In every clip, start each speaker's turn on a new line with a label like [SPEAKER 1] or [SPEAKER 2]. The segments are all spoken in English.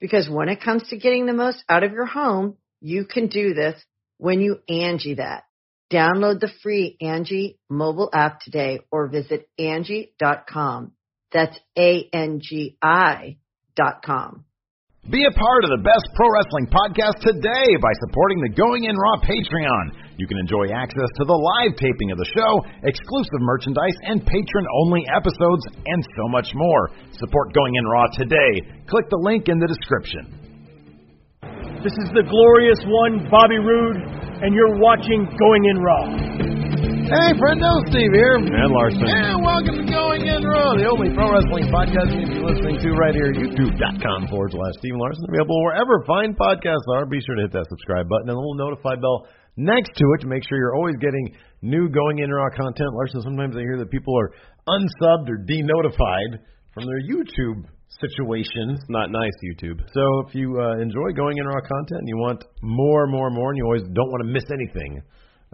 [SPEAKER 1] Because when it comes to getting the most out of your home, you can do this when you Angie that. Download the free Angie mobile app today or visit Angie.com. That's A-N-G-I dot com.
[SPEAKER 2] Be a part of the best pro wrestling podcast today by supporting the Going In Raw Patreon. You can enjoy access to the live taping of the show, exclusive merchandise, and patron only episodes, and so much more. Support Going In Raw today. Click the link in the description.
[SPEAKER 3] This is the glorious one, Bobby Roode, and you're watching Going In Raw.
[SPEAKER 4] Hey, friendo, Steve here.
[SPEAKER 5] And Larson.
[SPEAKER 4] And welcome to Going In Raw, the only pro wrestling podcast you can be listening to right here at youtube.com forward slash Steve Larson. Available wherever fine podcasts are. Be sure to hit that subscribe button and the little notify bell next to it to make sure you're always getting new Going In Raw content. Larson, sometimes I hear that people are unsubbed or denotified from their YouTube situation.
[SPEAKER 5] It's not nice, YouTube.
[SPEAKER 4] So if you uh, enjoy going in raw content and you want more, more, more, and you always don't want to miss anything,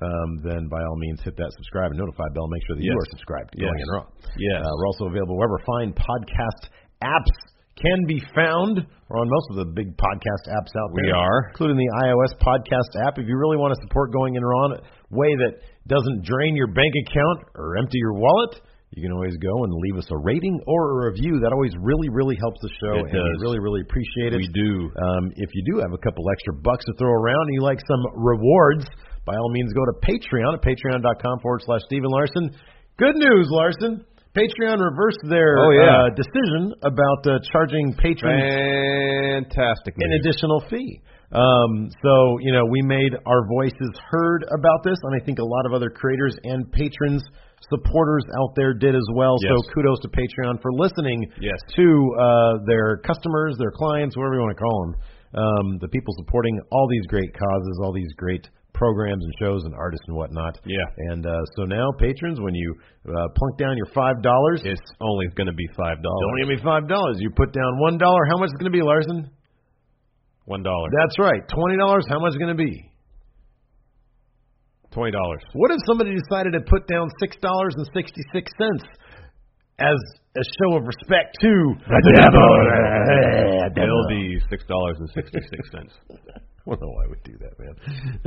[SPEAKER 4] um, then by all means hit that subscribe and notify bell. Make sure that you
[SPEAKER 5] Yes.
[SPEAKER 4] are subscribed to
[SPEAKER 5] Yes.
[SPEAKER 4] going in raw.
[SPEAKER 5] Yes.
[SPEAKER 4] Uh, we're also available wherever fine podcast apps can be found. We're on most of the big podcast apps out
[SPEAKER 5] We
[SPEAKER 4] there.
[SPEAKER 5] are.
[SPEAKER 4] Including the iOS podcast app. If you really want to support Going In Raw in a way that doesn't drain your bank account or empty your wallet, you can always go and leave us a rating or a review. That always really, really helps the show. and
[SPEAKER 5] It
[SPEAKER 4] we
[SPEAKER 5] does.
[SPEAKER 4] really, really appreciate it.
[SPEAKER 5] We do.
[SPEAKER 4] Um, if you do have a couple extra bucks to throw around and you like some rewards, by all means, go to Patreon at patreon.com forward slash Stephen Larson. Good news, Larson. Patreon reversed their
[SPEAKER 5] Oh, yeah.
[SPEAKER 4] uh, decision about uh, charging patrons
[SPEAKER 5] Fantastic.
[SPEAKER 4] an
[SPEAKER 5] news.
[SPEAKER 4] additional fee. Um, so, you know, we made our voices heard about this, and I think a lot of other creators and patrons, supporters out there did as well.
[SPEAKER 5] Yes.
[SPEAKER 4] So kudos to Patreon for listening
[SPEAKER 5] Yes.
[SPEAKER 4] to uh, their customers, their clients, whatever you want to call them, um, the people supporting all these great causes, all these great programs and shows and artists and whatnot.
[SPEAKER 5] Yeah.
[SPEAKER 4] And uh, so now, patrons, when you uh, plunk down your $5,
[SPEAKER 5] It's only going to be $5.
[SPEAKER 4] don't give me $5. You put down $1. How much is it going to be, Larson?
[SPEAKER 5] $1.
[SPEAKER 4] That's right. Twenty dollars. How much is it going to be?
[SPEAKER 5] $20.
[SPEAKER 4] What if somebody decided to put down six dollars and sixty six cents as a show of respect to the devil?
[SPEAKER 5] It'll be $6.66.
[SPEAKER 4] I don't know why I would do that, man.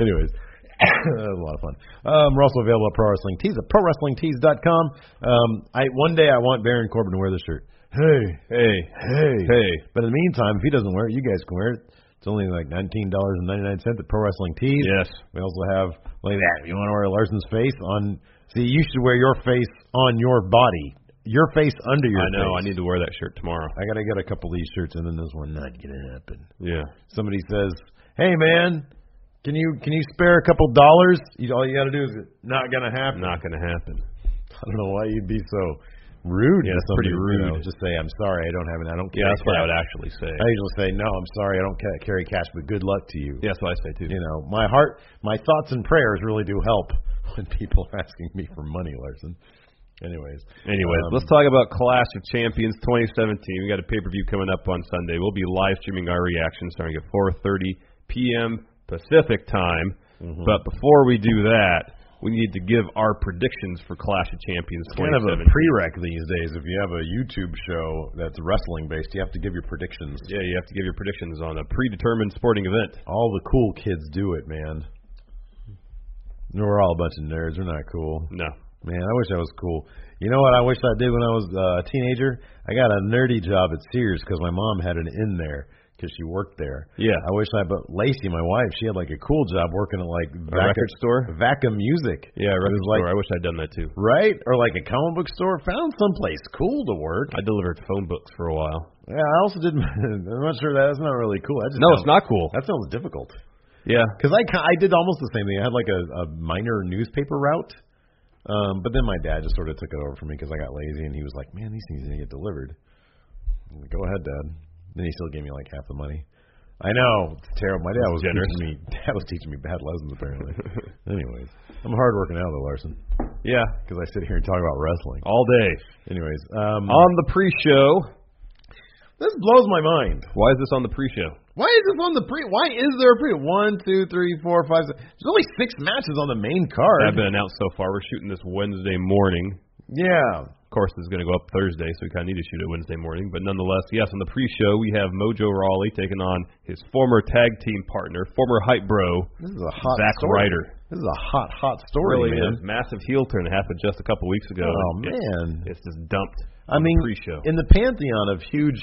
[SPEAKER 4] Anyways, that was a lot of fun. Um, we're also available at Pro Wrestling Tees at ProWrestlingTees.com. Um, I one day I want Baron Corbin to wear this shirt. Hey,
[SPEAKER 5] hey.
[SPEAKER 4] hey,
[SPEAKER 5] Hey.
[SPEAKER 4] But in the meantime, if he doesn't wear it, you guys can wear it. It's only like nineteen dollars and ninety nine cents at Pro Wrestling Tees.
[SPEAKER 5] Yes.
[SPEAKER 4] We also have look at that. You want to wear Larson's face on? See, you should wear your face on your body. Your face under your.
[SPEAKER 5] I know. I
[SPEAKER 4] face.
[SPEAKER 5] need to wear that shirt tomorrow.
[SPEAKER 4] I gotta get a couple of these shirts, and then this one not gonna happen.
[SPEAKER 5] Yeah.
[SPEAKER 4] Somebody says, "Hey man, can you can you spare a couple dollars?" You, all you gotta do is not gonna happen.
[SPEAKER 5] Not going to happen.
[SPEAKER 4] I don't know why you'd be so rude.
[SPEAKER 5] Yeah,
[SPEAKER 4] to
[SPEAKER 5] that's pretty
[SPEAKER 4] somebody, you know,
[SPEAKER 5] rude.
[SPEAKER 4] just say, "I'm sorry, I don't have it. I don't." carry
[SPEAKER 5] Yeah, that's what I would
[SPEAKER 4] cash."
[SPEAKER 5] actually say.
[SPEAKER 4] I usually say, "No, I'm sorry, I don't ca- carry cash, but good luck to you."
[SPEAKER 5] yeah, that's what I say, too.
[SPEAKER 4] you know, my heart, my thoughts and prayers really do help when people are asking me for money, Larson. Anyways,
[SPEAKER 5] Anyways,
[SPEAKER 4] um,
[SPEAKER 5] let's talk about Clash of Champions 2017. We got a pay-per-view coming up on Sunday. We'll be live streaming our reaction starting at 4:30 p.m. Pacific time. But before we do that, we need to give our predictions for Clash of Champions
[SPEAKER 4] kind of a
[SPEAKER 5] 2017.
[SPEAKER 4] prereq these days. If you have a YouTube show that's wrestling based, you have to give your predictions.
[SPEAKER 5] yeah, you have to give your predictions on a predetermined sporting event.
[SPEAKER 4] All the cool kids do it, man. We're all a bunch of nerds. We're not cool.
[SPEAKER 5] No.
[SPEAKER 4] Man, I wish I was cool. You know what I wish I did when I was uh, a teenager? I got a nerdy job at Sears because my mom had an in there. because she worked there.
[SPEAKER 5] Yeah.
[SPEAKER 4] I wish I, but Lacey, my wife, she had like a cool job working at like
[SPEAKER 5] A record store?
[SPEAKER 4] Vacuum Music.
[SPEAKER 5] Yeah, record
[SPEAKER 4] like-
[SPEAKER 5] store. I wish I'd done that too.
[SPEAKER 4] Right? Or like a comic book store. Found someplace cool to work.
[SPEAKER 5] I delivered phone books for a while.
[SPEAKER 4] Yeah, I also did. I'm not sure that that's not really cool. That just
[SPEAKER 5] No,
[SPEAKER 4] sounds-
[SPEAKER 5] it's not cool.
[SPEAKER 4] That sounds difficult.
[SPEAKER 5] Yeah.
[SPEAKER 4] Because I ki- I did almost the same thing. I had like a, a minor newspaper route, um, but then my dad just sort of took it over for me because I got lazy and he was like, "Man, these things need to get delivered." I'm like, Go ahead, dad. Then he still gave me like half the money. I know it's terrible. My dad was
[SPEAKER 5] generous.
[SPEAKER 4] teaching me. Dad was teaching me bad lessons apparently. Anyways, I'm hard working out though, Larson,
[SPEAKER 5] Yeah.
[SPEAKER 4] because I sit here and talk about wrestling.
[SPEAKER 5] All day.
[SPEAKER 4] Anyways, um,
[SPEAKER 5] On the pre show.
[SPEAKER 4] this blows my mind.
[SPEAKER 5] Why is this on the pre show?
[SPEAKER 4] Why is this on the pre? Why is there a pre? One, two, three, four, five. Six. There's only six matches on the main
[SPEAKER 5] I've
[SPEAKER 4] card.
[SPEAKER 5] been announced so far. We're shooting this Wednesday morning.
[SPEAKER 4] Yeah.
[SPEAKER 5] Of course, this is going to go up Thursday, so we kind of need to shoot it Wednesday morning. But nonetheless, yes, on the pre-show we have Mojo Rawley taking on his former tag team partner, former hype bro,
[SPEAKER 4] This is a hot
[SPEAKER 5] Zack
[SPEAKER 4] story.
[SPEAKER 5] Ryder.
[SPEAKER 4] This is a hot, hot story,
[SPEAKER 5] really
[SPEAKER 4] man.
[SPEAKER 5] is. Massive heel turn that happened just a couple weeks ago.
[SPEAKER 4] Oh
[SPEAKER 5] It's-
[SPEAKER 4] man.
[SPEAKER 5] It's just dumped.
[SPEAKER 4] I
[SPEAKER 5] on
[SPEAKER 4] mean,
[SPEAKER 5] the pre-show.
[SPEAKER 4] in the pantheon of huge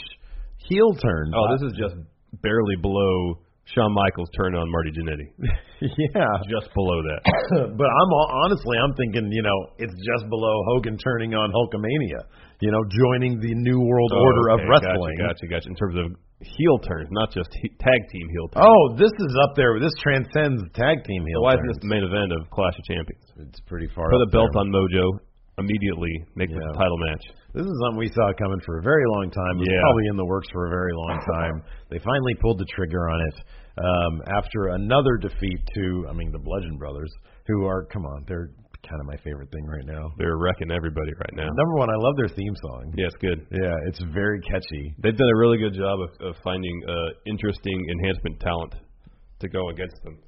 [SPEAKER 4] heel turns.
[SPEAKER 5] oh, this is just barely below Shawn Michaels' turn on Marty Jannetty.
[SPEAKER 4] yeah.
[SPEAKER 5] just below that.
[SPEAKER 4] but I'm all, honestly, I'm thinking, you know, it's just below Hogan turning on Hulkamania. You know, joining the new world
[SPEAKER 5] Oh,
[SPEAKER 4] order
[SPEAKER 5] okay,
[SPEAKER 4] of wrestling.
[SPEAKER 5] Gotcha, gotcha, gotcha. In terms of heel turns, not just he- tag team heel turns.
[SPEAKER 4] Oh, this is up there. This transcends tag team heel.
[SPEAKER 5] Why isn't
[SPEAKER 4] turns.
[SPEAKER 5] this the main event of Clash of Champions?
[SPEAKER 4] It's pretty far.
[SPEAKER 5] Put
[SPEAKER 4] up
[SPEAKER 5] a belt
[SPEAKER 4] there.
[SPEAKER 5] on Mojo immediately. Make this
[SPEAKER 4] Yeah.
[SPEAKER 5] a title match.
[SPEAKER 4] This is something we saw coming for a very long time. It was
[SPEAKER 5] Yeah.
[SPEAKER 4] probably in the works for a very long time. They finally pulled the trigger on it um, after another defeat to, I mean, the Bludgeon Brothers, who are, come on, they're kind of my favorite thing right now.
[SPEAKER 5] They're wrecking everybody right now.
[SPEAKER 4] Number one, I love their theme song.
[SPEAKER 5] Yeah, it's good.
[SPEAKER 4] Yeah, it's very catchy.
[SPEAKER 5] They've done a really good job of, of finding uh, interesting enhancement talent to go against them.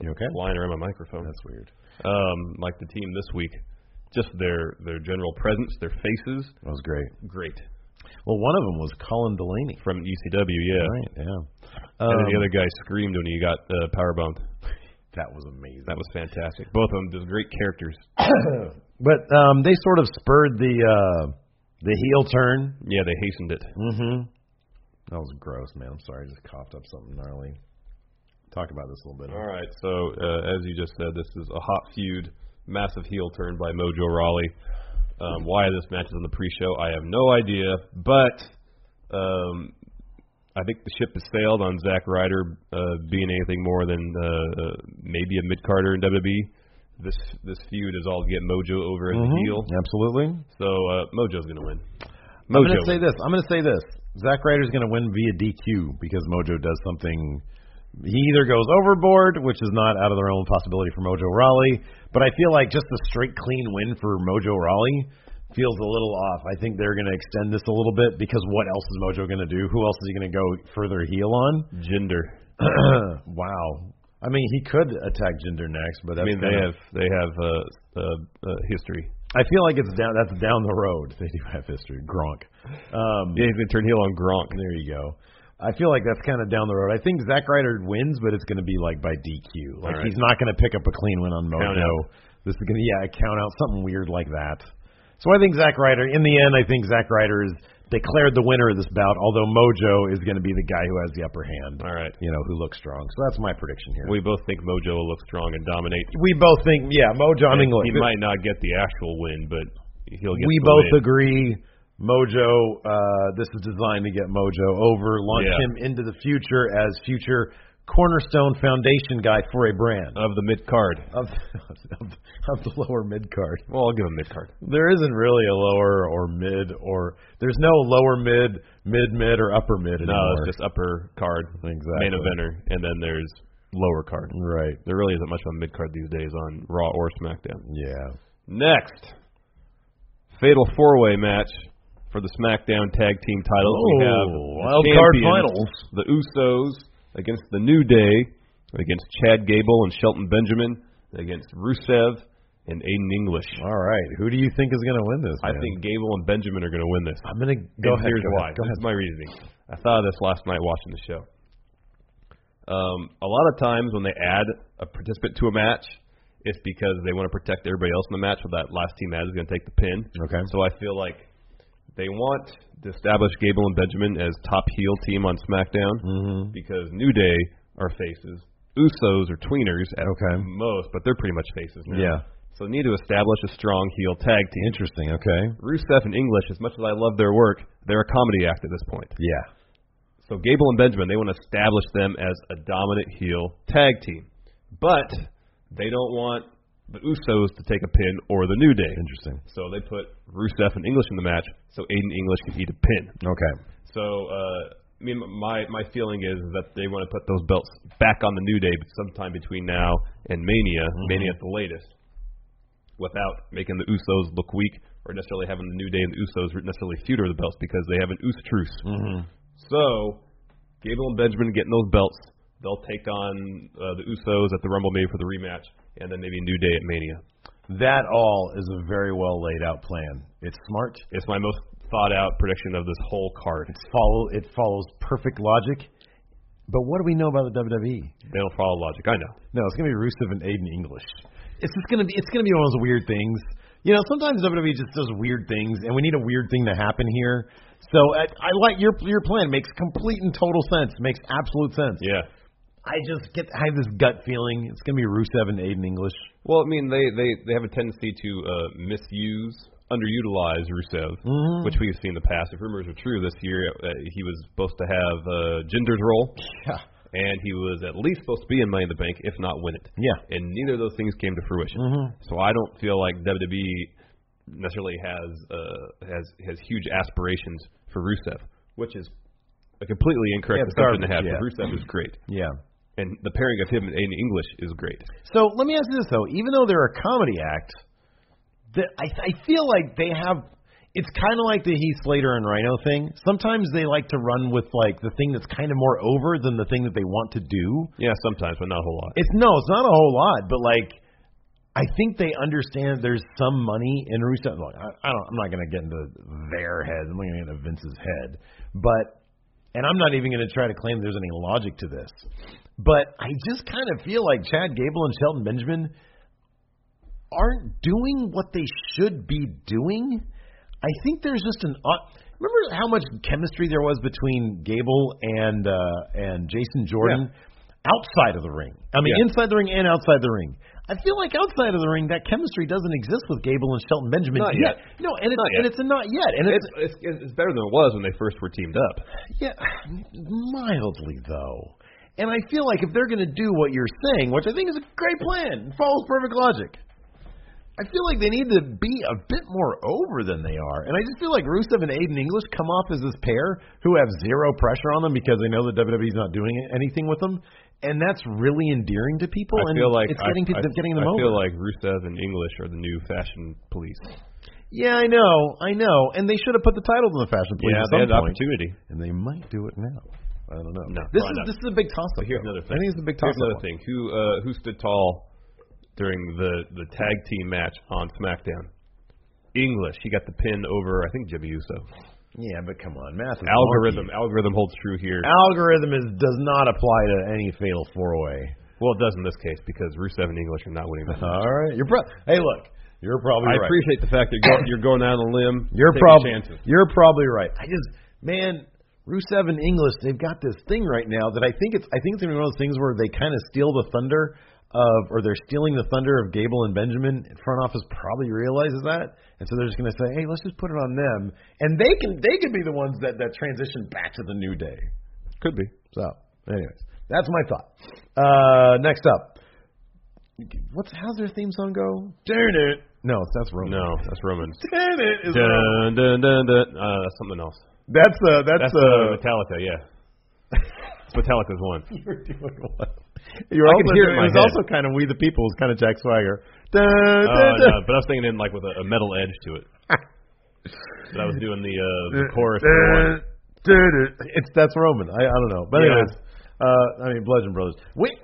[SPEAKER 4] You okay?
[SPEAKER 5] Flying around my microphone.
[SPEAKER 4] That's weird.
[SPEAKER 5] Um, like the team this week, just their their general presence, their faces,
[SPEAKER 4] That was great.
[SPEAKER 5] great.
[SPEAKER 4] Well, one of them was Colin Delaney.
[SPEAKER 5] From ECW, yeah.
[SPEAKER 4] Right, yeah.
[SPEAKER 5] And then the
[SPEAKER 4] Um,
[SPEAKER 5] other guy screamed when he got uh, powerbombed.
[SPEAKER 4] that was amazing.
[SPEAKER 5] That was fantastic. Both of them just great characters.
[SPEAKER 4] But um, they sort of spurred the uh, the heel turn
[SPEAKER 5] Yeah, they hastened it.
[SPEAKER 4] Mm-hmm. That was gross, man. I'm sorry. I just coughed up something gnarly. Talk about this a little bit.
[SPEAKER 5] All right. So uh, as you just said, this is a hot feud, massive heel turn by Mojo Rawley. Um, why this match is on the pre-show, I have no idea, but um, I think the ship has sailed on Zack Ryder uh, being anything more than uh, uh, maybe a mid-carter in WWE. This this feud is all to get Mojo over as
[SPEAKER 4] Mm-hmm.
[SPEAKER 5] a Mm-hmm. heel,
[SPEAKER 4] Absolutely.
[SPEAKER 5] so uh, Mojo's gonna win.
[SPEAKER 4] I'm
[SPEAKER 5] Mojo,
[SPEAKER 4] gonna say this. I'm gonna say this. Zack Ryder's gonna win via DQ because Mojo does something. He either goes overboard, which is not out of the realm of possibility for Mojo Raleigh, but I feel like just a straight clean win for Mojo Raleigh feels a little off. I think they're gonna extend this a little bit because what else is Mojo gonna do? Who else is he gonna go further heel on?
[SPEAKER 5] gender.
[SPEAKER 4] wow. I mean, he could attack Jinder next, but that's
[SPEAKER 5] I mean, they
[SPEAKER 4] kinda,
[SPEAKER 5] have they have uh, uh, uh, history.
[SPEAKER 4] I feel like it's down. That's down the road. They do have history. Gronk. Um,
[SPEAKER 5] Yeah, he's gonna turn heel on Gronk.
[SPEAKER 4] There you go. I feel like that's kind of down the road. I think Zack Ryder wins, but it's going to be like by DQ. Like
[SPEAKER 5] All right.
[SPEAKER 4] he's not going to pick up a clean win on
[SPEAKER 5] Count
[SPEAKER 4] Mojo. This is going to yeah, a count out something weird like that. So I think Zack Ryder. In the end, I think Zack Ryder is declared the winner of this bout. Although Mojo is going to be the guy who has the upper hand.
[SPEAKER 5] All right.
[SPEAKER 4] You know who looks strong. So that's my prediction here.
[SPEAKER 5] We both think Mojo will look strong and dominate.
[SPEAKER 4] we both think yeah, Mojo. I mean, look,
[SPEAKER 5] he
[SPEAKER 4] this-
[SPEAKER 5] might not get the actual win, but he'll get.
[SPEAKER 4] we
[SPEAKER 5] the
[SPEAKER 4] both
[SPEAKER 5] win.
[SPEAKER 4] agree Mojo, uh, this is designed to get Mojo over, launch
[SPEAKER 5] Yeah.
[SPEAKER 4] him into the future as future cornerstone foundation guy for a brand
[SPEAKER 5] of the mid card.
[SPEAKER 4] of, of, of the lower mid card.
[SPEAKER 5] Well, I'll give him mid card.
[SPEAKER 4] There isn't really a lower or mid or there's no lower mid, mid mid or upper mid
[SPEAKER 5] No,
[SPEAKER 4] anymore.
[SPEAKER 5] it's just upper card,
[SPEAKER 4] Exactly.
[SPEAKER 5] main eventer, and then there's lower card.
[SPEAKER 4] right.
[SPEAKER 5] There really isn't much of a mid card these days on Raw or SmackDown.
[SPEAKER 4] Yeah.
[SPEAKER 5] Next, fatal four way match for the SmackDown Tag Team titles. we
[SPEAKER 4] Oh,
[SPEAKER 5] have the
[SPEAKER 4] wild card
[SPEAKER 5] champions,
[SPEAKER 4] finals.
[SPEAKER 5] the Usos against the New Day, against Chad Gable and Shelton Benjamin, against Rusev and Aiden English.
[SPEAKER 4] All right. Who do you think is going to win this?
[SPEAKER 5] I
[SPEAKER 4] man?
[SPEAKER 5] think Gable and Benjamin are going to win this.
[SPEAKER 4] I'm going to go
[SPEAKER 5] And
[SPEAKER 4] ahead.
[SPEAKER 5] Here's
[SPEAKER 4] go
[SPEAKER 5] why.
[SPEAKER 4] Ahead, go
[SPEAKER 5] This
[SPEAKER 4] ahead.
[SPEAKER 5] is my reasoning. I thought of this last night watching the show. Um, a lot of times when they add a participant to a match, it's because they want to protect everybody else in the match, so that last team ad is going to take the pin.
[SPEAKER 4] Okay.
[SPEAKER 5] So I feel like They want to establish Gable and Benjamin as top heel team on SmackDown
[SPEAKER 4] Mm-hmm.
[SPEAKER 5] because New Day are faces. Usos are tweeners at
[SPEAKER 4] Okay.
[SPEAKER 5] most, but they're pretty much faces now.
[SPEAKER 4] Yeah.
[SPEAKER 5] So they need to establish a strong heel tag team.
[SPEAKER 4] Interesting. Okay.
[SPEAKER 5] Rusev and English, as much as I love their work, they're a comedy act at this point.
[SPEAKER 4] Yeah.
[SPEAKER 5] So Gable and Benjamin, they want to establish them as a dominant heel tag team. But they don't want the Usos to take a pin or the New Day.
[SPEAKER 4] Interesting.
[SPEAKER 5] So they put Rusev and English in the match so Aiden English can eat a pin.
[SPEAKER 4] Okay.
[SPEAKER 5] So uh, I mean, my my feeling is that they want to put those belts back on the New Day sometime between now and Mania, Mania at the latest, without making the Usos look weak or necessarily having the New Day and the Usos necessarily feud over the belts because they have an Us truce. So Gable and Benjamin getting those belts. They'll take on uh, the Usos at the Rumble maybe for the rematch, and then maybe New Day at Mania.
[SPEAKER 4] That all is a very well laid out plan. It's smart.
[SPEAKER 5] It's my most thought out prediction of this whole card.
[SPEAKER 4] It's follow. It follows perfect logic. But what do we know about the E? WWE?
[SPEAKER 5] They don't follow logic. I know.
[SPEAKER 4] No, it's gonna be Rusev and Aiden English. It's just gonna be it's gonna be one of those weird things. You know, sometimes WWE E just does weird things, and we need a weird thing to happen here. So I, I like your your plan. Makes complete and total sense. Makes absolute sense.
[SPEAKER 5] Yeah.
[SPEAKER 4] I just get I have this gut feeling it's gonna be Rusev and Aiden English.
[SPEAKER 5] Well, I mean, they they they have a tendency to uh, misuse, underutilize Rusev,
[SPEAKER 4] Mm-hmm.
[SPEAKER 5] which we've seen in the past. If rumors are true, this year uh, he was supposed to have uh, Jinder's role,
[SPEAKER 4] Yeah.
[SPEAKER 5] and he was at least supposed to be in Money in the Bank, if not win it.
[SPEAKER 4] Yeah. Mm-hmm.
[SPEAKER 5] And neither of those things came to fruition. So I don't feel like WWE necessarily has uh, has has huge aspirations for Rusev, which is a completely incorrect
[SPEAKER 4] Yeah, it's
[SPEAKER 5] assumption to have.
[SPEAKER 4] garbage, yeah.
[SPEAKER 5] because Rusev is great,
[SPEAKER 4] Yeah.
[SPEAKER 5] and the pairing of him and Aiden English is great.
[SPEAKER 4] So let me ask you this though: even though they're a comedy act, the, I, I feel like they have. It's kind of like the Heath Slater and Rhino thing. Sometimes they like to run with like the thing that's kind of more over than the thing that they want to do.
[SPEAKER 5] Yeah, sometimes, but not a whole lot.
[SPEAKER 4] It's no, it's not a whole lot, but like I think they understand there's some money in Rusev. Like, I, I don't, I'm not going to get into their heads. I'm not going to get into Vince's head, but and I'm not even going to try to claim there's any logic to this. But I just kind of feel like Chad Gable and Shelton Benjamin aren't doing what they should be doing. I think there's just an. odd- Remember how much chemistry there was between Gable and uh, and Jason Jordan outside of the ring. I mean,
[SPEAKER 5] Yeah.
[SPEAKER 4] inside the ring and outside the ring. I feel like outside of the ring, that chemistry doesn't exist with Gable and Shelton Benjamin
[SPEAKER 5] Not
[SPEAKER 4] No, and it's
[SPEAKER 5] Not yet.
[SPEAKER 4] and it's a not yet, and
[SPEAKER 5] It's, it's it's better than it was when they first were teamed up.
[SPEAKER 4] yeah, mildly though. And I feel like if they're going to do what you're saying, which I think is a great plan, follows perfect logic. I feel like they need to be a bit more over than they are. And I just feel like Rusev and Aiden English come off as this pair who have zero pressure on them because they know that WWE's not doing anything with them. And that's really endearing to people.
[SPEAKER 5] I
[SPEAKER 4] and
[SPEAKER 5] feel like
[SPEAKER 4] it's getting,
[SPEAKER 5] I,
[SPEAKER 4] people,
[SPEAKER 5] I,
[SPEAKER 4] getting them
[SPEAKER 5] I
[SPEAKER 4] over.
[SPEAKER 5] feel like Rusev and English are the new fashion police.
[SPEAKER 4] yeah, I know. I know. And they should have put the titles in the fashion police at
[SPEAKER 5] yeah, they had
[SPEAKER 4] some
[SPEAKER 5] the
[SPEAKER 4] point.
[SPEAKER 5] opportunity.
[SPEAKER 4] And they might do it now. I don't know.
[SPEAKER 5] No,
[SPEAKER 4] this
[SPEAKER 5] probably
[SPEAKER 4] is
[SPEAKER 5] not.
[SPEAKER 4] this is a big toss up.
[SPEAKER 5] But here's another
[SPEAKER 4] I
[SPEAKER 5] thing.
[SPEAKER 4] think it's a big toss
[SPEAKER 5] Here's
[SPEAKER 4] up.
[SPEAKER 5] another thing. Who uh, who stood tall during the the tag team match on SmackDown? English. He got the pin over I think Jimmy Uso.
[SPEAKER 4] Yeah, but come on, math is
[SPEAKER 5] Algorithm.
[SPEAKER 4] wonky.
[SPEAKER 5] Algorithm holds true here.
[SPEAKER 4] Algorithm is does not apply to any fatal four way.
[SPEAKER 5] well, it does in this case because Rusev and English are not winning the match.
[SPEAKER 4] All right, you're pro- Hey, look, you're probably
[SPEAKER 5] Uh-huh. I
[SPEAKER 4] right.
[SPEAKER 5] appreciate the fact that you're going, you're going out on a limb.
[SPEAKER 4] you're
[SPEAKER 5] taking
[SPEAKER 4] probably
[SPEAKER 5] chances.
[SPEAKER 4] you're probably right. I just man, Rusev and English, they've got this thing right now that I think it's I think it's gonna be one of those things where they kind of steal the thunder of or they're stealing the thunder of Gable and Benjamin. Front office probably realizes that, and so they're just gonna say, hey, let's just put it on them, and they can they could be the ones that that transition back to the new day.
[SPEAKER 5] Could be.
[SPEAKER 4] So, anyways, that's my thought. Uh, next up, what's how's their theme song go? Turn it. No, that's Roman.
[SPEAKER 5] No, that's Roman.
[SPEAKER 4] Turn it is Roman.
[SPEAKER 5] Dun, dun, dun, dun. Uh, that's something else.
[SPEAKER 4] That's uh, that's,
[SPEAKER 5] That's
[SPEAKER 4] uh.
[SPEAKER 5] uh, Metallica, yeah. It's Metallica's one.
[SPEAKER 4] You're doing what?
[SPEAKER 5] I can hear it in my
[SPEAKER 4] It was
[SPEAKER 5] head.
[SPEAKER 4] also kind of We the People. It was kind of Jack Swagger. Dun,
[SPEAKER 5] Uh,
[SPEAKER 4] dun,
[SPEAKER 5] no,
[SPEAKER 4] dun.
[SPEAKER 5] but I was thinking in like with a, a metal edge to it. But I was doing the, uh, the chorus.
[SPEAKER 4] Dun, dun, dun. It's that's Roman. I I don't know, but
[SPEAKER 5] Yeah.
[SPEAKER 4] anyways, uh, I mean Bludgeon Brothers. Wait,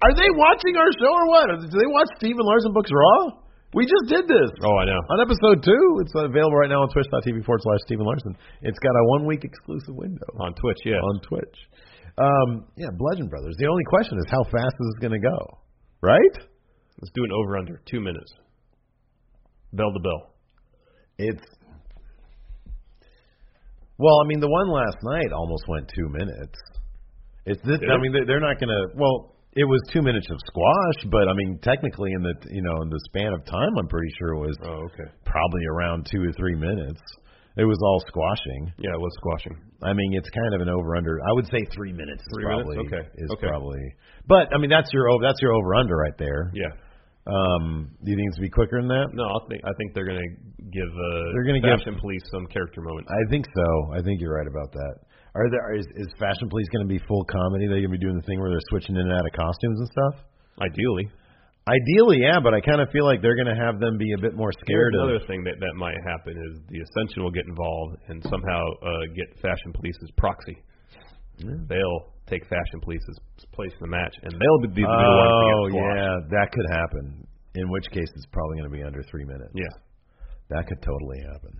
[SPEAKER 4] are they watching our show or what? Do they watch Steven Larson books Raw? We just did this.
[SPEAKER 5] Oh, I know.
[SPEAKER 4] on episode two. It's available right now on twitch.tv forward slash Stephen Larson. It's got a one week exclusive window
[SPEAKER 5] On Twitch, yeah.
[SPEAKER 4] on Twitch. Um, yeah, Bludgeon Brothers. The only question is how fast is this going to go, right?
[SPEAKER 5] Let's do an over under. Two minutes. Bell to bell.
[SPEAKER 4] It's Well, I mean, the one last night almost went two minutes. It's this.
[SPEAKER 5] Did
[SPEAKER 4] I
[SPEAKER 5] it?
[SPEAKER 4] mean, they- they're not going to. Well, it was two minutes of squash, but I mean, technically, in the you know, in the span of time, I'm pretty sure it was
[SPEAKER 5] Oh, okay.
[SPEAKER 4] probably around two or three minutes. It was all squashing.
[SPEAKER 5] Yeah, it was squashing.
[SPEAKER 4] I mean, it's kind of an over under. I would say three minutes. Is
[SPEAKER 5] Three minutes?
[SPEAKER 4] probably,
[SPEAKER 5] Okay.
[SPEAKER 4] Is
[SPEAKER 5] Okay.
[SPEAKER 4] probably. But I mean, that's your over. That's your over under right there.
[SPEAKER 5] Yeah.
[SPEAKER 4] Um, do you think it's gonna be quicker than that?
[SPEAKER 5] No, I think I think they're gonna give uh,
[SPEAKER 4] They're gonna give-
[SPEAKER 5] fashion police some character moment.
[SPEAKER 4] I think so. I think you're right about that. Are there is, is Fashion Police going to be full comedy? They're going to be doing the thing where they're switching in and out of costumes and stuff.
[SPEAKER 5] Ideally,
[SPEAKER 4] Ideally, yeah, but I kind of feel like they're going to have them be a bit more
[SPEAKER 5] here's
[SPEAKER 4] scared
[SPEAKER 5] another
[SPEAKER 4] of.
[SPEAKER 5] thing that that might happen is the Ascension will get involved and somehow uh, get fashion police's proxy. They'll take fashion police's place in the match, and they'll be the
[SPEAKER 4] Oh
[SPEAKER 5] ones to get squashed.
[SPEAKER 4] yeah, that could happen. In which case, it's probably going to be under three minutes.
[SPEAKER 5] Yeah.
[SPEAKER 4] That could totally happen.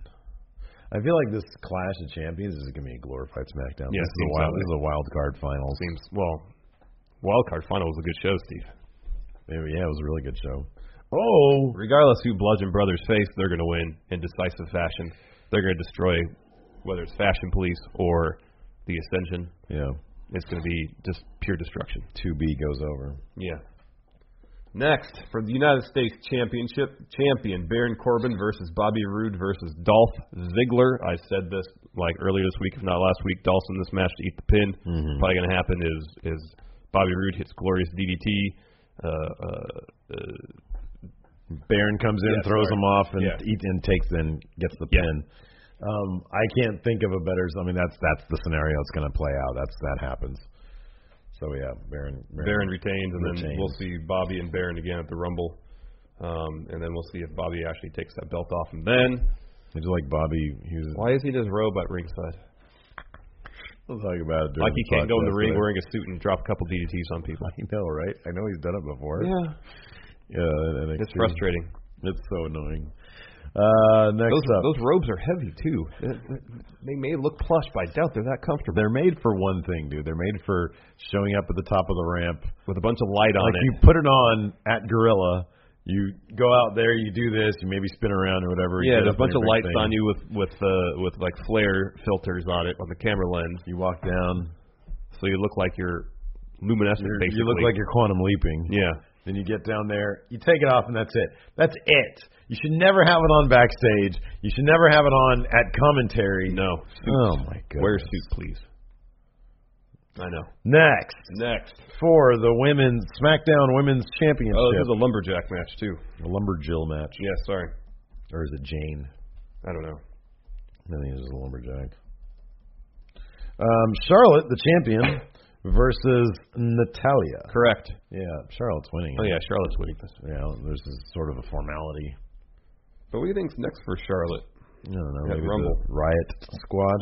[SPEAKER 4] I feel like this Clash of Champions is going to be a glorified SmackDown.
[SPEAKER 5] Yeah,
[SPEAKER 4] this is a
[SPEAKER 5] seems
[SPEAKER 4] wild.
[SPEAKER 5] that
[SPEAKER 4] This is a wild card finals.
[SPEAKER 5] Seems well. Wild Card Final was a good show, Steve.
[SPEAKER 4] Yeah, it was a really good show.
[SPEAKER 5] Oh. Regardless who Bludgeon Brothers face, they're going to win in decisive fashion. They're going to destroy whether it's Fashion Police or the Ascension.
[SPEAKER 4] Yeah,
[SPEAKER 5] It's going to be just pure destruction.
[SPEAKER 4] two B goes over.
[SPEAKER 5] Yeah. Next, for the United States Championship, champion Baron Corbin versus Bobby Roode versus Dolph Ziggler. I said this like earlier this week, if not last week. Dolph's in this match to eat the pin.
[SPEAKER 4] Mm-hmm.
[SPEAKER 5] Probably going to happen is is Bobby Roode hits glorious DDT. Uh, uh,
[SPEAKER 4] Baron comes in,
[SPEAKER 5] Yeah,
[SPEAKER 4] throws
[SPEAKER 5] sorry.
[SPEAKER 4] him off, and
[SPEAKER 5] Yeah.
[SPEAKER 4] eat and takes and gets the
[SPEAKER 5] Yeah.
[SPEAKER 4] pin. Um, I can't think of a better. I mean, that's that's the scenario it's going to play out. That's that happens. So yeah, Baron.
[SPEAKER 5] Baron retains, and then
[SPEAKER 4] Retains.
[SPEAKER 5] we'll see Bobby and Baron again at the Rumble. Um, and then we'll see if Bobby actually takes that belt off him. Then
[SPEAKER 4] It's like Bobby. He was
[SPEAKER 5] why isn't his robe at ringside?
[SPEAKER 4] we'll talk about it. during
[SPEAKER 5] Like he can't go in the
[SPEAKER 4] podcast,
[SPEAKER 5] ring
[SPEAKER 4] but-
[SPEAKER 5] wearing a suit and drop a couple DDTs on people.
[SPEAKER 4] I know, right? I know he's done it before.
[SPEAKER 5] Yeah,
[SPEAKER 4] Yeah, at NXT.
[SPEAKER 5] it's frustrating.
[SPEAKER 4] It's so annoying. Uh, next
[SPEAKER 5] Those
[SPEAKER 4] up,
[SPEAKER 5] those robes are heavy too. They may look plush, but I doubt they're that comfortable.
[SPEAKER 4] they're made for one thing, dude. They're made for showing up at the top of the ramp.
[SPEAKER 5] With a bunch of light on
[SPEAKER 4] Like you
[SPEAKER 5] it.
[SPEAKER 4] put it on at Gorilla, you go out there, you do this, you maybe spin around or whatever. you
[SPEAKER 5] yeah,
[SPEAKER 4] do
[SPEAKER 5] there's
[SPEAKER 4] this
[SPEAKER 5] a bunch of
[SPEAKER 4] big
[SPEAKER 5] lights
[SPEAKER 4] thing.
[SPEAKER 5] on you with with uh, with like flare filters on it on the camera lens,
[SPEAKER 4] You walk down.
[SPEAKER 5] so you look like you're luminescent.
[SPEAKER 4] You're,
[SPEAKER 5] basically,
[SPEAKER 4] you look like you're quantum leaping.
[SPEAKER 5] yeah.
[SPEAKER 4] Then you get down there, you take it off, and that's it. That's it. You should never have it on backstage. You should never have it on at commentary.
[SPEAKER 5] No.
[SPEAKER 4] Oh my god.
[SPEAKER 5] Wear a suit, please. I know.
[SPEAKER 4] Next
[SPEAKER 5] Next.
[SPEAKER 4] for the women's SmackDown Women's Championship.
[SPEAKER 5] Oh, this is a lumberjack match too.
[SPEAKER 4] a lumberjill match,
[SPEAKER 5] Yeah, sorry.
[SPEAKER 4] or is it Jane?
[SPEAKER 5] I don't know.
[SPEAKER 4] I think it's just a lumberjack. Um, Charlotte, the champion, versus Natalia.
[SPEAKER 5] Correct.
[SPEAKER 4] Yeah, Charlotte's winning.
[SPEAKER 5] Oh yeah, Charlotte's winning.
[SPEAKER 4] Yeah, there's this sort of a formality.
[SPEAKER 5] But what do you think's next for Charlotte?
[SPEAKER 4] I don't know.
[SPEAKER 5] Yeah,
[SPEAKER 4] maybe the
[SPEAKER 5] Rumble.
[SPEAKER 4] Riot Squad.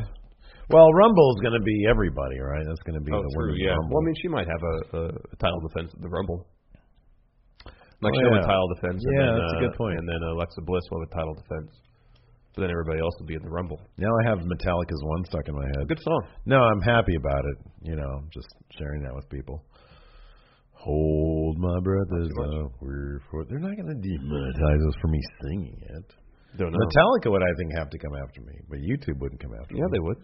[SPEAKER 4] Well, Rumble's going to be everybody, right? That's going to be
[SPEAKER 5] Oh,
[SPEAKER 4] the
[SPEAKER 5] true.
[SPEAKER 4] women's
[SPEAKER 5] Yeah.
[SPEAKER 4] Rumble.
[SPEAKER 5] Well, I mean, she might have a, a, a title defense at the Rumble.
[SPEAKER 4] Oh,
[SPEAKER 5] Like she'll have
[SPEAKER 4] yeah.
[SPEAKER 5] a title defense. and
[SPEAKER 4] Yeah,
[SPEAKER 5] then,
[SPEAKER 4] that's a
[SPEAKER 5] uh,
[SPEAKER 4] good point.
[SPEAKER 5] And then Alexa Bliss will have a title defense. So then everybody else will be in the Rumble.
[SPEAKER 4] now I have Metallica's one stuck in my head.
[SPEAKER 5] Good song.
[SPEAKER 4] No, I'm happy about it. You know, I'm just sharing that with people. Hold my breath as I we're for. They're not going to demonetize us for me singing it.
[SPEAKER 5] Don't know.
[SPEAKER 4] Metallica would, I think, have to come after me, but YouTube wouldn't come after
[SPEAKER 5] yeah,
[SPEAKER 4] me.
[SPEAKER 5] they would.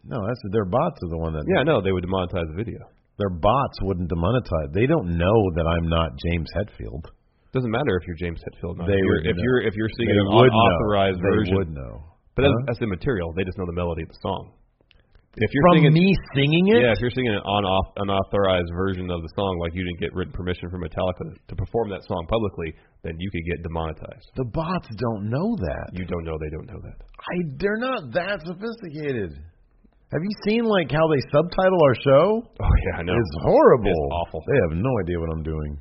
[SPEAKER 4] No, that's their bots are the one that.
[SPEAKER 5] Yeah, no, they would demonetize the video.
[SPEAKER 4] Their bots wouldn't demonetize. They don't know that I'm not James Hetfield.
[SPEAKER 5] Doesn't matter if you're James Hetfield. Or not.
[SPEAKER 4] They
[SPEAKER 5] if, you're,
[SPEAKER 4] would
[SPEAKER 5] if
[SPEAKER 4] know.
[SPEAKER 5] you're if you're
[SPEAKER 4] They
[SPEAKER 5] singing an
[SPEAKER 4] would know.
[SPEAKER 5] unauthorized
[SPEAKER 4] They
[SPEAKER 5] version,
[SPEAKER 4] would know.
[SPEAKER 5] but that's,
[SPEAKER 4] Huh?
[SPEAKER 5] that's immaterial. They just know the melody of the song. If you're
[SPEAKER 4] From
[SPEAKER 5] singing,
[SPEAKER 4] me singing it?
[SPEAKER 5] yeah, if you're singing an unauthorized, unauthorized version of the song, like you didn't get written permission from Metallica to perform that song publicly, then you could get demonetized.
[SPEAKER 4] The bots don't know that.
[SPEAKER 5] You don't know. They don't know that.
[SPEAKER 4] I, they're not that sophisticated. Have you seen like how they subtitle our show?
[SPEAKER 5] Oh yeah, I know.
[SPEAKER 4] It's horrible.
[SPEAKER 5] It's awful.
[SPEAKER 4] They have no idea what I'm doing.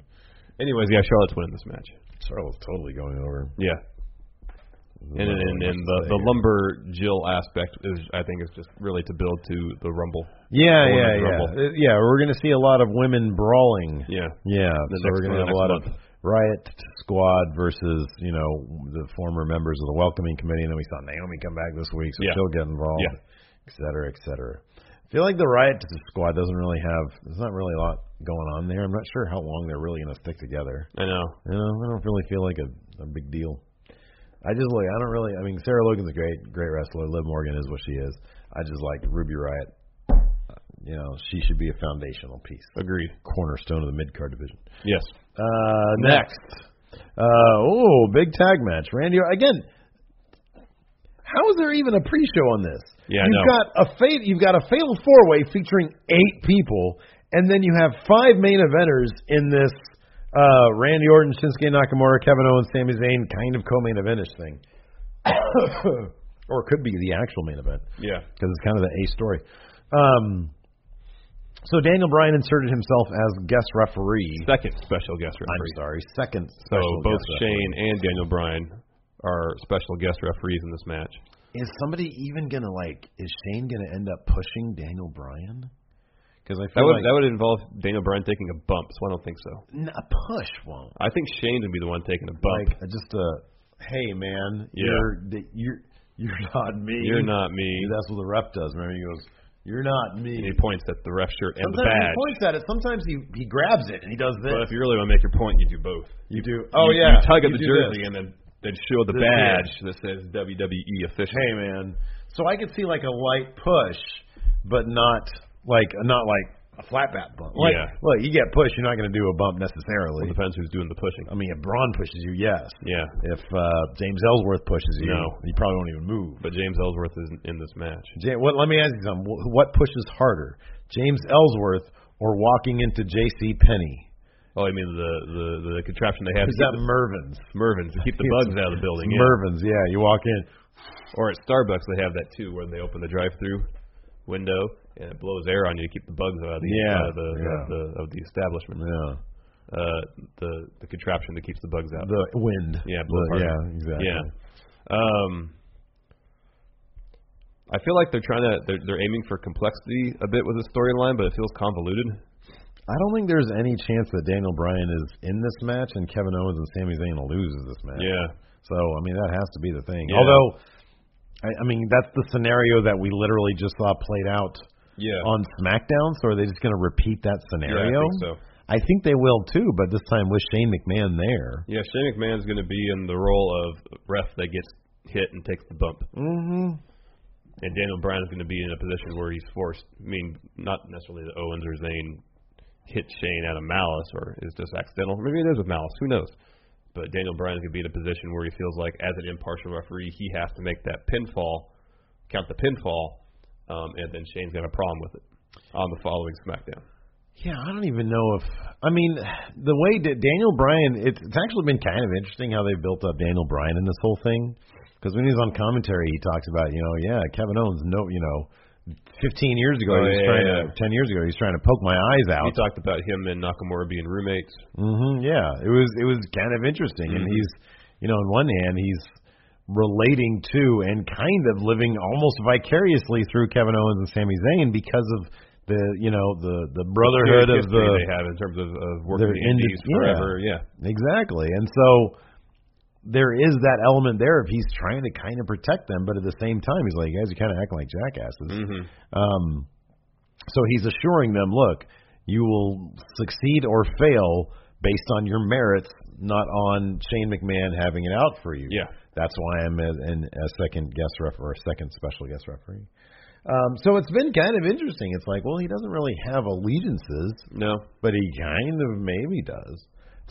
[SPEAKER 5] Anyways, yeah, Charlotte's winning this match.
[SPEAKER 4] Charlotte's totally going over.
[SPEAKER 5] Yeah, and and, and, and the the lumber Jill aspect is I think is just really to build to the Rumble.
[SPEAKER 4] Yeah, yeah,
[SPEAKER 5] the women's
[SPEAKER 4] yeah.
[SPEAKER 5] rumble.
[SPEAKER 4] Uh, Yeah, we're gonna see a lot of women brawling.
[SPEAKER 5] Yeah,
[SPEAKER 4] Yeah,
[SPEAKER 5] The
[SPEAKER 4] so we're
[SPEAKER 5] next-
[SPEAKER 4] gonna
[SPEAKER 5] the
[SPEAKER 4] have a
[SPEAKER 5] next
[SPEAKER 4] lot of
[SPEAKER 5] month.
[SPEAKER 4] riot squad versus you know the former members of the welcoming committee, and then we saw Naomi come back this week, so
[SPEAKER 5] Yeah.
[SPEAKER 4] she'll get involved,
[SPEAKER 5] Yeah.
[SPEAKER 4] et cetera, et cetera. I feel like the riot squad doesn't really have. There's not really a lot going on there. I'm not sure how long they're really gonna stick together.
[SPEAKER 5] I know.
[SPEAKER 4] You know, I don't really feel like a, a big deal. I just like I don't really. I mean, Sarah Logan's a great, great wrestler. Liv Morgan is what she is. I just like Ruby Riot. You know, she should be a foundational piece,
[SPEAKER 5] Agreed.
[SPEAKER 4] cornerstone of the mid card division.
[SPEAKER 5] Yes.
[SPEAKER 4] Uh, next. Uh, oh, big tag match. Randy, Or- again, how is there even a pre-show on this?
[SPEAKER 5] Yeah, I
[SPEAKER 4] you've
[SPEAKER 5] know.
[SPEAKER 4] got a fate, you've got a fatal four-way featuring eight people, and then you have five main eventers in this uh, Randy Orton, Shinsuke Nakamura, Kevin Owens, Sami Zayn kind of co-main eventish thing, or it could be the actual main event
[SPEAKER 5] Yeah.
[SPEAKER 4] because it's kind of the A story. Um, so Daniel Bryan inserted himself as guest referee.
[SPEAKER 5] Second special guest referee.
[SPEAKER 4] I'm sorry, second.
[SPEAKER 5] So
[SPEAKER 4] special
[SPEAKER 5] both
[SPEAKER 4] guest referee.
[SPEAKER 5] Shane and Daniel Bryan are special guest referees in this match.
[SPEAKER 4] Is somebody even gonna like? Is Shane gonna end up pushing Daniel Bryan? Because I
[SPEAKER 5] That
[SPEAKER 4] feel
[SPEAKER 5] would
[SPEAKER 4] like
[SPEAKER 5] that would involve Daniel Bryan taking a bump, so I don't think so.
[SPEAKER 4] N- a push won't.
[SPEAKER 5] I think Shane would be the one taking a bump.
[SPEAKER 4] Like uh, just a hey man,
[SPEAKER 5] Yeah.
[SPEAKER 4] you're the, you're you're not me.
[SPEAKER 5] You're not me.
[SPEAKER 4] That's what the rep does. Remember, he goes, "You're not me."
[SPEAKER 5] And he points at the ref shirt and the
[SPEAKER 4] Sometimes he
[SPEAKER 5] badge.
[SPEAKER 4] points at it. Sometimes he he grabs it and he does this.
[SPEAKER 5] But if you really want to make your point, you do both.
[SPEAKER 4] you do. Oh
[SPEAKER 5] you,
[SPEAKER 4] yeah.
[SPEAKER 5] You tug at
[SPEAKER 4] you
[SPEAKER 5] the
[SPEAKER 4] do this.
[SPEAKER 5] jersey and then then show the
[SPEAKER 4] This
[SPEAKER 5] badge that says WWE E official.
[SPEAKER 4] hey man. So I could see like a light push, but not like not like a flat bat bump. Like,
[SPEAKER 5] Yeah.
[SPEAKER 4] Look, you get pushed, you're not going to do a bump necessarily.
[SPEAKER 5] Well, depends who's doing the pushing.
[SPEAKER 4] I mean, if Braun pushes you, yes.
[SPEAKER 5] Yeah.
[SPEAKER 4] If uh, James Ellsworth pushes you,
[SPEAKER 5] No.
[SPEAKER 4] you probably won't even move.
[SPEAKER 5] But James Ellsworth isn't in this match.
[SPEAKER 4] Ja- what, let me ask you something. Wh- What pushes harder, James Ellsworth or walking into J.C. Penney?
[SPEAKER 5] Oh, I mean the the, the contraption they have
[SPEAKER 4] Is
[SPEAKER 5] to
[SPEAKER 4] that
[SPEAKER 5] keep
[SPEAKER 4] Mervin's?
[SPEAKER 5] the, Mervins to keep the bugs out of the building. Yeah.
[SPEAKER 4] Mervin's, yeah. You walk in.
[SPEAKER 5] Or at Starbucks they have that too, where they open the drive-through window and it blows air on you to keep the bugs out of the
[SPEAKER 4] Yeah,
[SPEAKER 5] out of the,
[SPEAKER 4] yeah.
[SPEAKER 5] of the of the establishment.
[SPEAKER 4] Yeah.
[SPEAKER 5] Uh, the the contraption that keeps the bugs out.
[SPEAKER 4] The wind.
[SPEAKER 5] Yeah, blow
[SPEAKER 4] The-
[SPEAKER 5] harder.
[SPEAKER 4] yeah, exactly.
[SPEAKER 5] Yeah. Um, I feel like they're trying to they're, they're aiming for complexity a bit with the storyline, but it feels convoluted.
[SPEAKER 4] I don't think there's any chance that Daniel Bryan is in this match and Kevin Owens and Sami Zayn will lose this match. So I mean that has to be the thing.
[SPEAKER 5] Yeah.
[SPEAKER 4] Although I, I mean that's the scenario that we literally just saw played out
[SPEAKER 5] yeah,
[SPEAKER 4] on SmackDown. So are they just going to repeat that scenario?
[SPEAKER 5] Yeah, I think so.
[SPEAKER 4] I think they will too, but this time with Shane McMahon there.
[SPEAKER 5] Yeah, Shane McMahon's going to be in the role of ref that gets hit and takes the bump,
[SPEAKER 4] Mm-hmm.
[SPEAKER 5] and Daniel Bryan is going to be in a position where he's forced. I mean, not necessarily that Owens or Zayn hit Shane out of malice or is just accidental. Maybe it is with malice. Who knows? But Daniel Bryan's going to be in a position where he feels like, as an impartial referee, he has to make that pinfall, count the pinfall, um, and then Shane's got a problem with it on the following SmackDown.
[SPEAKER 4] Yeah, I don't even know if I mean the way that Daniel Bryan. It's, it's actually been kind of interesting how they built up Daniel Bryan in this whole thing. Because when he's on commentary, he talks about you know yeah Kevin Owens no you know, 15 years ago
[SPEAKER 5] Oh,
[SPEAKER 4] he was
[SPEAKER 5] yeah,
[SPEAKER 4] trying
[SPEAKER 5] yeah,
[SPEAKER 4] to 10 years ago he was trying to poke my eyes
[SPEAKER 5] He
[SPEAKER 4] out.
[SPEAKER 5] talked about him and Nakamura being roommates.
[SPEAKER 4] hmm yeah, it was it was kind of interesting, and
[SPEAKER 5] Mhm.
[SPEAKER 4] he's you know on one hand he's relating to and kind of living almost vicariously through Kevin Owens and Sami Zayn because of the you know the the brotherhood
[SPEAKER 5] Serious
[SPEAKER 4] of
[SPEAKER 5] history
[SPEAKER 4] the
[SPEAKER 5] they have in terms of, of
[SPEAKER 4] their
[SPEAKER 5] working the
[SPEAKER 4] indi-
[SPEAKER 5] indies
[SPEAKER 4] yeah.
[SPEAKER 5] forever. Yeah.
[SPEAKER 4] Exactly. And so there is that element there of he's trying to kind of protect them, but at the same time, he's like, you guys are kind of acting like jackasses.
[SPEAKER 5] Mhm.
[SPEAKER 4] Um, so he's assuring them, look, you will succeed or fail based on your merits, not on Shane McMahon having it out for you.
[SPEAKER 5] Yeah.
[SPEAKER 4] That's why I'm a, an, a second guest ref or a second special guest referee. Um, so it's been kind of interesting. It's like, well, he doesn't really have allegiances
[SPEAKER 5] No.
[SPEAKER 4] but he kind of maybe does.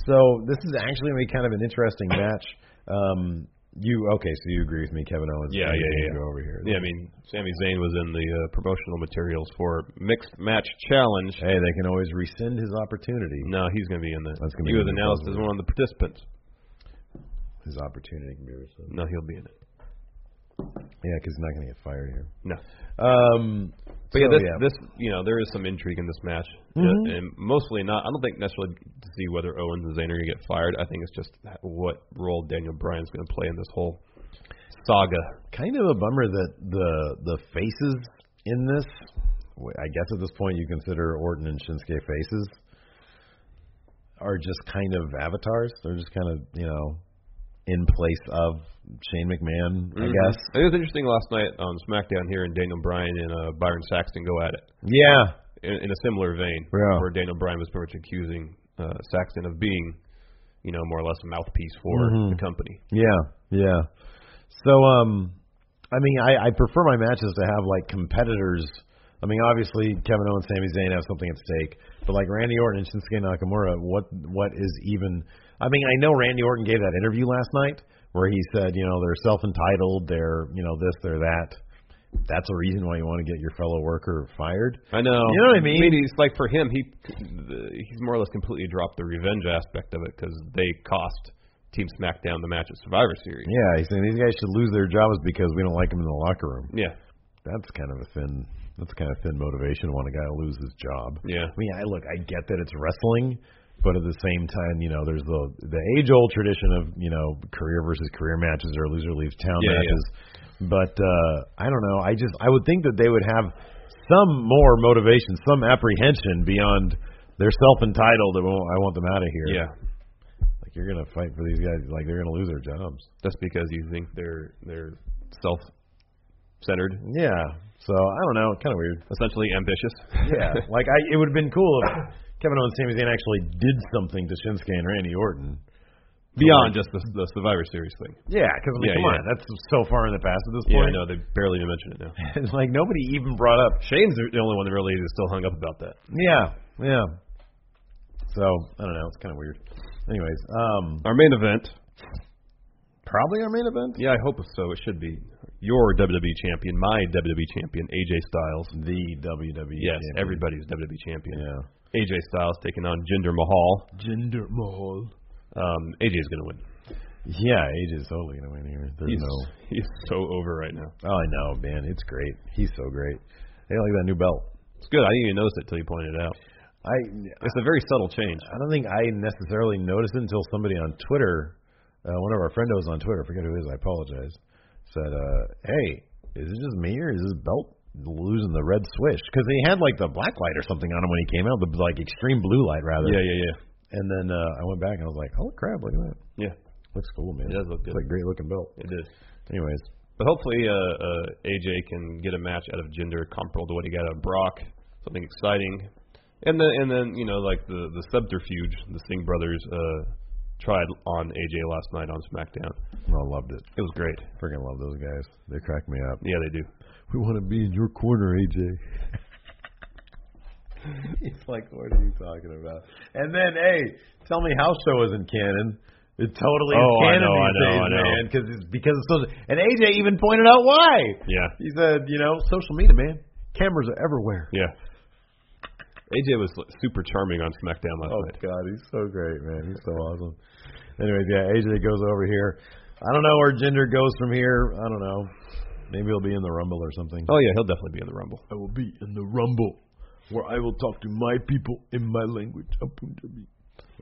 [SPEAKER 4] So this is actually gonna be kind of an interesting match. Um, you okay? So you agree with me, Kevin Owens?
[SPEAKER 5] Yeah,
[SPEAKER 4] and
[SPEAKER 5] yeah,
[SPEAKER 4] Shane
[SPEAKER 5] yeah.
[SPEAKER 4] Go over here.
[SPEAKER 5] Yeah, I mean, Sami Zayn was in the uh, promotional materials for Mixed Match Challenge.
[SPEAKER 4] Hey, they can always rescind his opportunity.
[SPEAKER 5] No, he's going to be in the.
[SPEAKER 4] That's gonna
[SPEAKER 5] he
[SPEAKER 4] be
[SPEAKER 5] was
[SPEAKER 4] in the
[SPEAKER 5] announced as
[SPEAKER 4] puzzle.
[SPEAKER 5] one of the participants.
[SPEAKER 4] His opportunity can be rescinded.
[SPEAKER 5] No, he'll be in it.
[SPEAKER 4] Yeah, because he's not gonna get fired here.
[SPEAKER 5] No.
[SPEAKER 4] Um,
[SPEAKER 5] But yeah,
[SPEAKER 4] so,
[SPEAKER 5] this, this, you know, there is some intrigue in this match,
[SPEAKER 4] Mhm.
[SPEAKER 5] Uh, and mostly not. I don't think necessarily to see whether Owens and Zayn are going to get fired. I think it's just that- what role Daniel Bryan's going to play in this whole saga.
[SPEAKER 4] kind of a bummer that the the faces in this. wh- I guess at this point you consider Orton and Shinsuke faces are just kind of avatars. They're just kind of you know in place of Shane McMahon,
[SPEAKER 5] Mm-hmm.
[SPEAKER 4] I guess.
[SPEAKER 5] it was interesting last night on SmackDown here, and Daniel Bryan and uh, Byron Saxton go at it.
[SPEAKER 4] Yeah,
[SPEAKER 5] in, in a similar vein,
[SPEAKER 4] Yeah.
[SPEAKER 5] where Daniel Bryan was pretty much accusing uh, Saxton of being you know, more or less a mouthpiece for
[SPEAKER 4] Mhm.
[SPEAKER 5] the company.
[SPEAKER 4] Yeah, yeah. So, um, I mean, I, I prefer my matches to have like competitors. I mean, obviously Kevin Owens, Sami Zayn have something at stake, but like Randy Orton and Shinsuke Nakamura, what what is even? I mean, I know Randy Orton gave that interview last night where he said, you know, they're self entitled, they're you know this, they're that. That's a reason why you want to get your fellow worker fired.
[SPEAKER 5] I know.
[SPEAKER 4] You know what I mean?
[SPEAKER 5] it's like for him, he the- he's more or less completely dropped the revenge aspect of it because they cost Team SmackDown the match at Survivor Series.
[SPEAKER 4] Yeah, he's saying these guys should lose their jobs because we don't like them in the locker room.
[SPEAKER 5] Yeah.
[SPEAKER 4] That's kind of a thin. That's kind of thin motivation. to Want a guy to lose his job?
[SPEAKER 5] Yeah.
[SPEAKER 4] I mean, I look, I get that it's wrestling, but at the same time, you know, there's the the age old tradition of you know career versus career matches or loser leaves town
[SPEAKER 5] Yeah, yeah.
[SPEAKER 4] matches. But uh I don't know. I just I would think that they would have some more motivation, some apprehension beyond they're self entitled. I want I want them out of here.
[SPEAKER 5] Yeah.
[SPEAKER 4] like you're gonna fight for these guys. Like they're gonna lose their jobs.
[SPEAKER 5] That's because you think they're they're self centered,
[SPEAKER 4] Yeah. So I don't know. Kind of weird.
[SPEAKER 5] essentially ambitious.
[SPEAKER 4] Yeah, like I, it would have been cool if Kevin Owens, Sami Zayn actually did something to Shinsuke and Randy Orton.
[SPEAKER 5] Beyond just the, the Survivor Series thing.
[SPEAKER 4] Yeah, because I mean,
[SPEAKER 5] Yeah,
[SPEAKER 4] come
[SPEAKER 5] yeah.
[SPEAKER 4] on, that's so far in the past at this
[SPEAKER 5] Yeah, I
[SPEAKER 4] point.
[SPEAKER 5] know they barely even mention it now.
[SPEAKER 4] It's like nobody even brought up.
[SPEAKER 5] Shane's the only one that really is still hung up about that.
[SPEAKER 4] Yeah, yeah. So I don't know. It's kind of weird. Anyways, um,
[SPEAKER 5] Our main event.
[SPEAKER 4] probably our main event.
[SPEAKER 5] Yeah, I hope so. It should be your WWE champion, my WWE champion, AJ Styles.
[SPEAKER 4] The E WWE.
[SPEAKER 5] Yes,
[SPEAKER 4] champion.
[SPEAKER 5] everybody's WWE champion.
[SPEAKER 4] Yeah.
[SPEAKER 5] AJ Styles taking on Jinder Mahal.
[SPEAKER 4] Gender Mahal.
[SPEAKER 5] Um, AJ is going to win.
[SPEAKER 4] Yeah, AJ is totally gonna win here. There's
[SPEAKER 5] He's,
[SPEAKER 4] no.
[SPEAKER 5] he's so over right now.
[SPEAKER 4] Oh, I know, man. It's great. He's so great. I like that new belt.
[SPEAKER 5] It's good. I didn't even notice it till you pointed it out.
[SPEAKER 4] I
[SPEAKER 5] It's a very subtle change.
[SPEAKER 4] I don't think I necessarily noticed it until somebody on Twitter, uh, one of our friendos on Twitter, I forget who it is, I apologize, said, uh, hey, is it just me or is this belt losing the red swish? Because he had like the black light or something on him when he came out, the like extreme blue light rather.
[SPEAKER 5] Yeah, yeah, yeah.
[SPEAKER 4] And then uh, I went back and I was like, holy crap, look at that.
[SPEAKER 5] Yeah,
[SPEAKER 4] Looks cool, man.
[SPEAKER 5] It does look
[SPEAKER 4] It's
[SPEAKER 5] good.
[SPEAKER 4] like a great looking belt.
[SPEAKER 5] it did.
[SPEAKER 4] Anyways,
[SPEAKER 5] But hopefully, uh, uh, AJ can get a match out of Jinder comparable to what he got out of Brock, something exciting, and then and then you know like the the subterfuge the Singh brothers uh, tried on AJ last night on SmackDown.
[SPEAKER 4] I loved it.
[SPEAKER 5] It was great.
[SPEAKER 4] Freaking love those guys. They crack me up.
[SPEAKER 5] Yeah, they do.
[SPEAKER 4] We want to be in your corner, AJ. He's like, what are you talking about? And then, hey, tell me House Show isn't canon. It totally is
[SPEAKER 5] Oh, I
[SPEAKER 4] canon
[SPEAKER 5] know, I
[SPEAKER 4] these
[SPEAKER 5] know,
[SPEAKER 4] days,
[SPEAKER 5] I know.
[SPEAKER 4] man. Cause it's, because it's social. And AJ even pointed out why.
[SPEAKER 5] Yeah,
[SPEAKER 4] He said, you know, social media, man. Cameras are everywhere.
[SPEAKER 5] yeah. AJ was like, super charming on SmackDown last
[SPEAKER 4] Oh
[SPEAKER 5] night.
[SPEAKER 4] God, he's so great, man. He's so awesome. Anyways, yeah, AJ goes over here. I don't know where Gender goes from here. I don't know. Maybe he'll be in the Rumble or something.
[SPEAKER 5] Oh yeah, he'll definitely be in the Rumble.
[SPEAKER 4] I will be in the Rumble, where I will talk to my people in my language.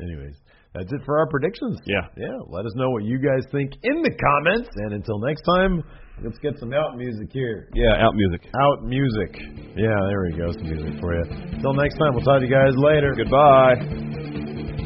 [SPEAKER 4] Anyways, that's it for our predictions.
[SPEAKER 5] Yeah.
[SPEAKER 4] Yeah. Let us know what you guys think in the comments. And until next time, let's get some out music here.
[SPEAKER 5] Yeah, out music.
[SPEAKER 4] Out music. Yeah, there we go. Some music for you. Until next time, we'll talk to you guys later.
[SPEAKER 5] Goodbye.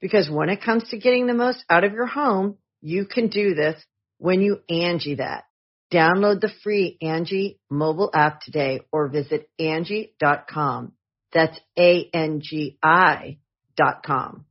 [SPEAKER 1] Because when it comes to getting the most out of your home, you can do this when you Angie that. Download the free Angie mobile app today or visit Angie.com. That's A-N-G-I dot com.